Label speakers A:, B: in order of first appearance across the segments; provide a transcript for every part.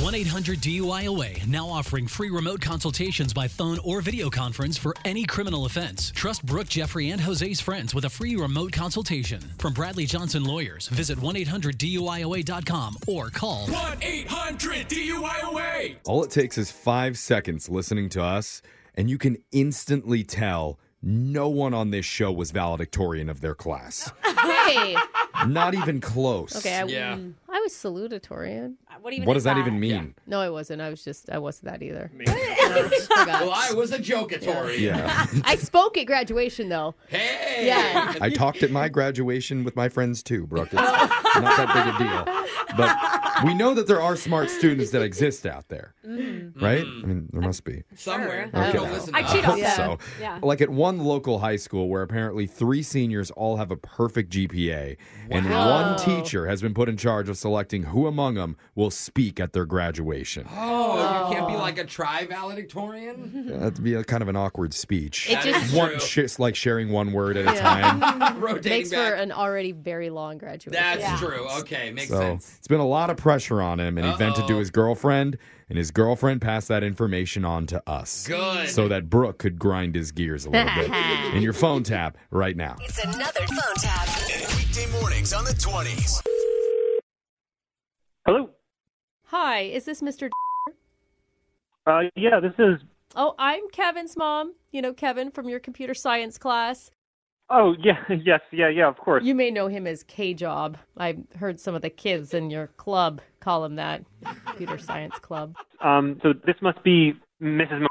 A: 1 800 DUIOA now offering free remote consultations by phone or video conference for any criminal offense. Trust Brooke, Jeffrey, and Jose's friends with a free remote consultation. From Bradley Johnson Lawyers, visit 1 800 DUIOA.com or call
B: 1 800 DUIOA.
C: All it takes is five seconds listening to us, and you can instantly tell no one on this show was valedictorian of their class.
D: Hey.
C: Not even close.
D: Okay. I,
B: Yeah.
D: mm, I was salutatorian.
E: What, even
C: what
E: is
C: does that, even mean?
D: No, I wasn't. I was just, I wasn't that either.
F: Well, I was a jokatory.
C: Yeah.
D: I spoke at graduation, though.
F: Hey.
D: Yeah.
C: I talked at my graduation with my friends too, Brooke. It's not that big a deal. But we know that there are smart students that exist out there, right? I mean, there must be.
F: Somewhere.
D: Sure.
F: You don't
D: Okay.
F: listen to
E: I
F: us.
E: cheat on
C: hope
D: Yeah.
C: so.
E: Yeah.
C: Like at one local high school where apparently three seniors all have a perfect GPA, and
D: Wow.
C: one teacher has been put in charge of selecting who among them will speak at their graduation.
F: Oh, you can't be like a tri valedictorian?
C: That'd be a kind of an awkward speech.
D: It just
C: one just like sharing one word at a
D: Yeah.
C: time.
F: Rotating
D: makes for
F: back.
D: an already very long graduation.
F: That's true. Okay, makes
C: So
F: sense.
C: it's been a lot of pressure on him, and he vented to his girlfriend, and his girlfriend passed that information on to us.
F: Good.
C: So that Brooke could grind his gears a little bit. In your phone tap right now.
G: It's another phone tap.
H: Weekday mornings on the 20s.
I: Hello.
D: Hi, is this Mr. D-?
I: Uh, yeah, this is.
D: Oh, I'm Kevin's mom. You know Kevin from your computer science class.
I: Oh, yeah, yes, yeah, yeah, of course.
D: You may know him as K Job. I heard some of the kids in your club call him that. Computer science club.
I: Um, so this must be Mrs. M-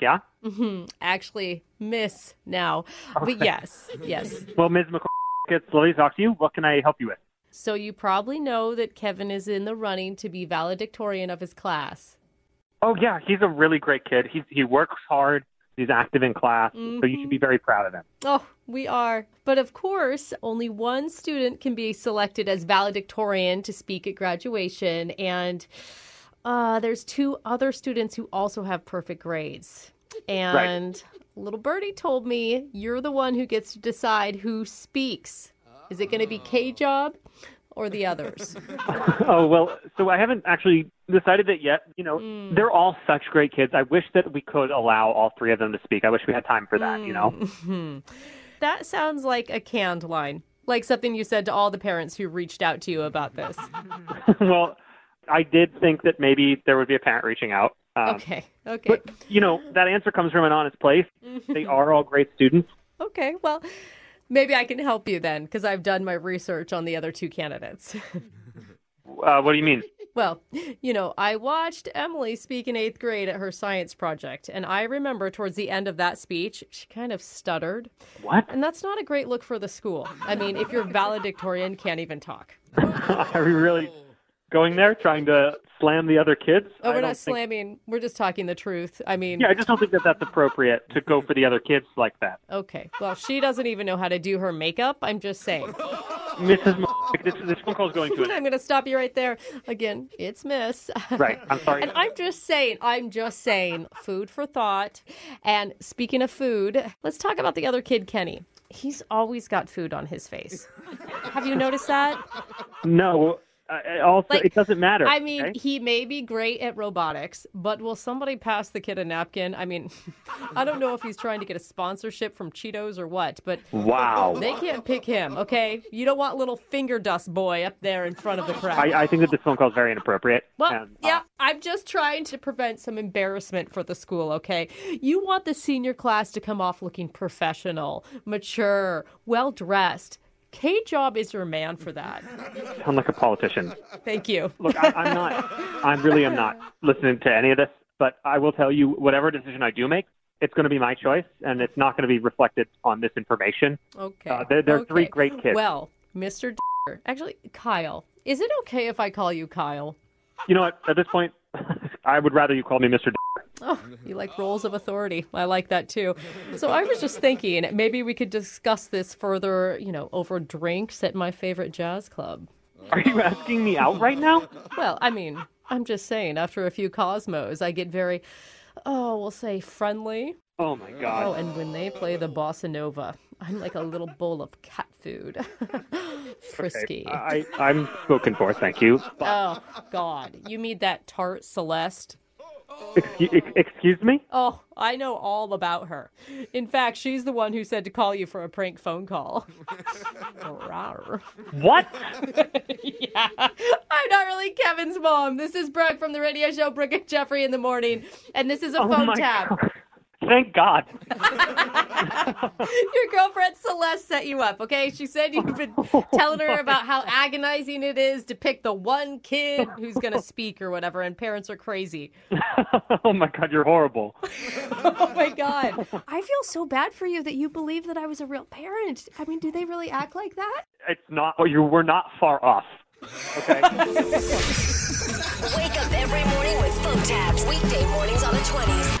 I: yeah.
D: hmm Actually, miss now. But yes, yes.
I: Well, Ms. McC- it's lovely to talk to you. What can I help you with?
D: So you probably know that Kevin is in the running to be valedictorian of his class.
I: Oh, yeah, he's a really great kid. He's he works hard. He's active in class, so you should be very proud of him.
D: Oh, we are. But of course, only one student can be selected as valedictorian to speak at graduation. And uh, there's two other students who also have perfect grades. And little birdie told me you're the one who gets to decide who speaks. Is it going to be K Job or the others?
I: Oh well, so I haven't actually decided it yet. You know, they're all such great kids. I wish that we could allow all three of them to speak. I wish we had time for that. You know.
D: that sounds like a canned line, like something you said to all the parents who reached out to you about this.
I: well, I did think that maybe there would be a parent reaching out. Um,
D: Okay, okay.
I: But you know that answer comes from an honest place. They are all great students.
D: Okay, well, maybe I can help you then because I've done my research on the other two candidates.
I: Uh, what do you mean?
D: well, you know, I watched Emily speak in eighth grade at her science project, and I remember towards the end of that speech, she kind of stuttered.
I: What?
D: And that's not a great look for the school. I mean, if your valedictorian can't even talk.
I: Are we really going there, trying to slam the other kids?
D: Oh,
I: I
D: we're
I: don't
D: not
I: think-
D: slamming, we're just talking the truth. I mean,
I: Yeah, I just don't think that that's appropriate to go for the other kids like that.
D: okay, well, she doesn't even know how to do her makeup. I'm just saying. Oh.
I: Mrs. M- this, this phone call is going to an
D: I'm
I: end.
D: going to stop you right there. Again, it's Miss.
I: Right. I'm sorry.
D: And I'm just saying, I'm just saying, food for thought. And speaking of food, let's talk about the other kid, Kenny. He's always got food on his face. Have you noticed that?
I: No. I, I also,
D: Like,
I: it doesn't matter.
D: I mean,
I: okay?
D: he may be great at robotics, but will somebody pass the kid a napkin? I mean, I don't know if he's trying to get a sponsorship from Cheetos or what, but
I: Wow.
D: they can't pick him, okay? You don't want little finger dust boy up there in front of the crowd.
I: I, I think that this phone call is very inappropriate.
D: Well,
I: and, uh,
D: yeah, I'm just trying to prevent some embarrassment for the school, okay? You want the senior class to come off looking professional, mature, well dressed. K Job is your man for that.
I: sound like a politician.
D: Thank you.
I: Look, I, I'm not. I really am not listening to any of this. But I will tell you, whatever decision I do make, it's going to be my choice, and it's not going to be reflected on this information.
D: Okay.
I: Uh, they're- they're three
D: okay.
I: great kids.
D: Well, Mr. D- actually, Kyle, is it okay if I call you Kyle?
I: You know what? At this point, I would rather you call me Mr. D-
D: Oh, you like roles of authority. I like that too. So I was just thinking maybe we could discuss this further, you know, over drinks at my favorite jazz club.
I: Are you asking me out right now?
D: Well, I mean, I'm just saying, after a few Cosmos, I get very, oh, we'll say friendly.
I: Oh my
D: Oh,
I: God!
D: and when they play the bossa nova, I'm like a little bowl of cat food. Frisky.
I: I, I'm spoken for, thank you.
D: Oh, God. You mean that tart Celeste?
I: Excu- ex- excuse me?
D: Oh, I know all about her. In fact, she's the one who said to call you for a prank phone call. Rawr.
I: What?
D: yeah. I'm not really Kevin's mom. This is Brooke from the radio show Brooke and Jeffrey in the morning. And this is a
I: Oh
D: phone
I: my
D: tap.
I: God. Thank God.
D: Your girlfriend Celeste set you up, okay? She said you've been telling her about
I: Oh
D: how agonizing it is to pick the one kid who's going to speak or whatever, and parents are crazy.
I: oh my God, you're horrible.
D: Oh my God. I feel so bad for you that you believe that I was a real parent. I mean, do they really act like that?
I: It's not. Well, you were not far off. Okay.
E: Wake up every morning with phone taps. Weekday mornings on the 20s.